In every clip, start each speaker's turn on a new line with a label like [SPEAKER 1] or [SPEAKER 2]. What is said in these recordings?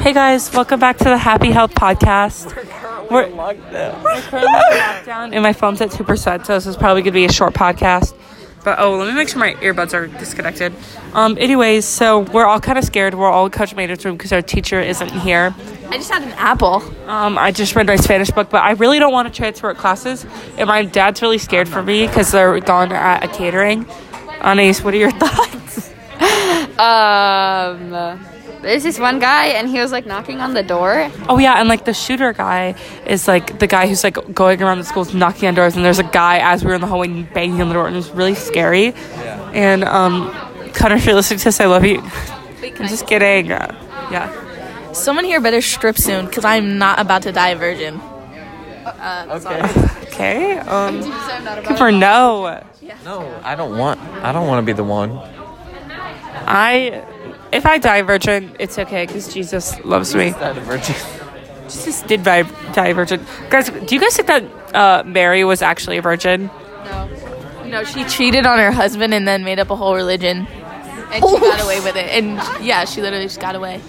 [SPEAKER 1] Hey guys, welcome back to the Happy Health Podcast. We're, we're currently in lockdown and my phone's at 2%, so this is probably going to be a short podcast. But oh, let me make sure my earbuds are disconnected. Um, anyways, so we're all kind of scared. We're all in Coach Maynard's room because our teacher isn't here.
[SPEAKER 2] I just had an apple.
[SPEAKER 1] Um, I just read my Spanish book, but I really don't want to transfer at classes. And my dad's really scared for me because they're gone at a catering. Anais, what are your thoughts?
[SPEAKER 2] Um, there's this one guy, and he was like knocking on the door.
[SPEAKER 1] Oh yeah, and like the shooter guy is like the guy who's like going around the schools knocking on doors, and there's a guy as we were in the hallway banging on the door, and it was really scary. And um, Connor, if you're listening to this, I love you. I'm just kidding. Uh, yeah.
[SPEAKER 3] Someone here better strip soon because I'm not about to die a virgin.
[SPEAKER 1] Okay. Um, Cooper, no.
[SPEAKER 4] No, I don't want. I don't want to be the one.
[SPEAKER 1] I, if I die virgin, it's okay because Jesus loves me. Jesus did die, die virgin. Guys, do you guys think that uh, Mary was actually a virgin?
[SPEAKER 3] No, she cheated on her husband and then made up a whole religion. And she got away with it. And yeah, she literally just got away.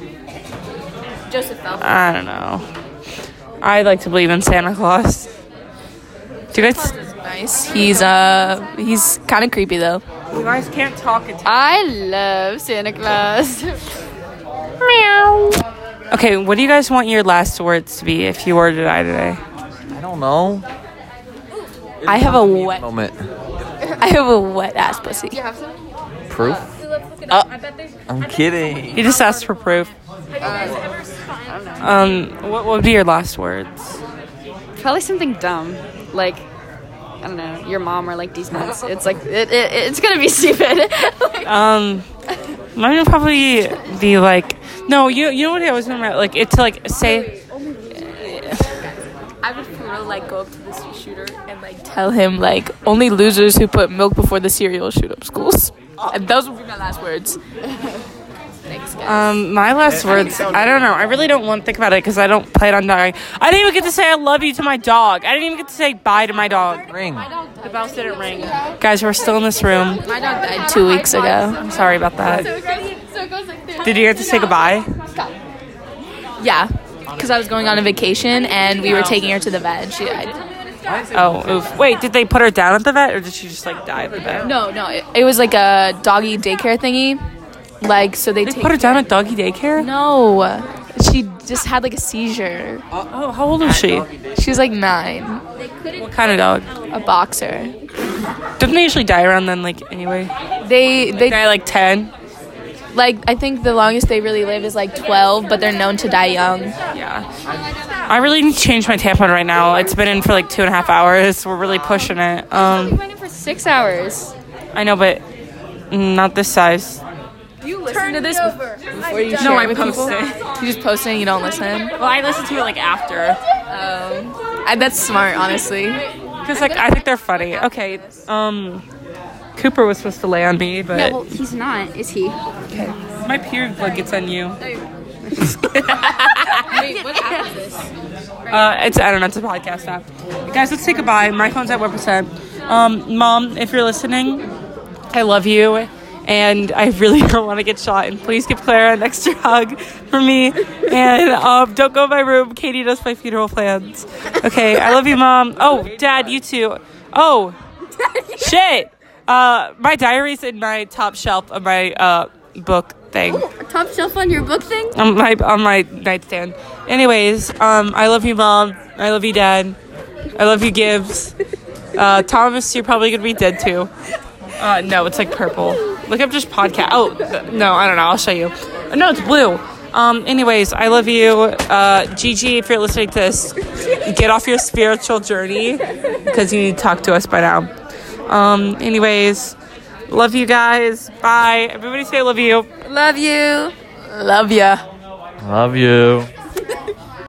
[SPEAKER 2] Joseph fell.
[SPEAKER 1] I don't know. I like to believe in Santa Claus. Do you guys?
[SPEAKER 3] Nice. He's uh he's kind of creepy though.
[SPEAKER 1] You guys can't talk until.
[SPEAKER 2] I love Santa Claus.
[SPEAKER 1] Okay, what do you guys want your last words to be if you were to die today?
[SPEAKER 4] I don't know.
[SPEAKER 3] I have a wet
[SPEAKER 4] Moment.
[SPEAKER 3] I have a wet ass pussy.
[SPEAKER 4] Proof. Uh, I'm kidding.
[SPEAKER 1] You just asked for proof. Um, what would be your last words?
[SPEAKER 2] Probably something dumb, like I don't know, your mom or like these nuts. It's like it, it, it's gonna be stupid. Like,
[SPEAKER 1] Um, mine would probably be like, no, you you know what I was gonna write? like it's like say
[SPEAKER 3] I would for real like go up to this shooter and like tell him like only losers who put milk before the cereal shoot up schools. And those would be my last words.
[SPEAKER 1] um my last words. I don't know. I really don't want to think about it because I don't plan on dying. I didn't even get to say I love you to my dog. I didn't even get to say bye to my dog.
[SPEAKER 4] Ring.
[SPEAKER 1] The bells didn't ring. Guys, we're still in this room.
[SPEAKER 3] My dog died two weeks ago.
[SPEAKER 1] I'm sorry about that. Did you have to say goodbye?
[SPEAKER 3] Yeah, because I was going on a vacation and we were taking her to the vet and she died.
[SPEAKER 1] Oh, oof. Wait, did they put her down at the vet or did she just like die at the vet?
[SPEAKER 3] No, no, it, it was like a doggy daycare thingy. Like so they,
[SPEAKER 1] They
[SPEAKER 3] take
[SPEAKER 1] put her down at doggy daycare?
[SPEAKER 3] No, she just had like a seizure.
[SPEAKER 1] Oh, how old was she?
[SPEAKER 3] She was like nine,
[SPEAKER 1] What kind of dog?
[SPEAKER 3] a boxer.
[SPEAKER 1] Didn't they usually die around then, like, anyway?
[SPEAKER 3] They they
[SPEAKER 1] Die like 10?
[SPEAKER 3] like I think the longest they really live is like 12, but they're known to die young.
[SPEAKER 1] Yeah. I really need to change my tampon right now. It's been in for like two and a half hours. We're really pushing it. Um,
[SPEAKER 2] went in for six hours.
[SPEAKER 1] I know, but not this size.
[SPEAKER 3] Turn to this before you share
[SPEAKER 1] No, I
[SPEAKER 3] with
[SPEAKER 1] post
[SPEAKER 3] people.
[SPEAKER 1] it.
[SPEAKER 3] You just post it and you don't listen.
[SPEAKER 1] Well, I listen to it like after.
[SPEAKER 3] I, that's smart, honestly.
[SPEAKER 1] Because, like, I think they're funny. Okay. Um, Cooper was supposed to lay on me, but.
[SPEAKER 2] well, he's not, is he? Oh.
[SPEAKER 1] My period blood gets on you. Uh, it's I don't know. It's a podcast app. Guys, let's say goodbye. My phone's at one percent. Um, Mom, if you're listening, I love you, and I really don't want to get shot. And please give Clara an extra hug for me. And um, don't go in my room. Katie does my funeral plans. Okay, I love you, Mom. Oh, Dad, you too. Oh, shit. Uh, my diary's in my top shelf of my uh book thing
[SPEAKER 2] Oh, Top shelf on your book thing?
[SPEAKER 1] on my on my nightstand. Anyways, um, I love you, mom. I love you, dad. I love you, Gibbs. Uh, Thomas, you're probably gonna be dead too. Uh, no, it's like purple. Look up just podcast. Oh th- no, I don't know. I'll show you. No, it's blue. Um, anyways, I love you, uh, Gigi. If you're listening to this, get off your spiritual journey because you need to talk to us by now. Um, anyways, love you guys. Bye. Everybody say I love you.
[SPEAKER 3] Love ya.
[SPEAKER 4] Love you.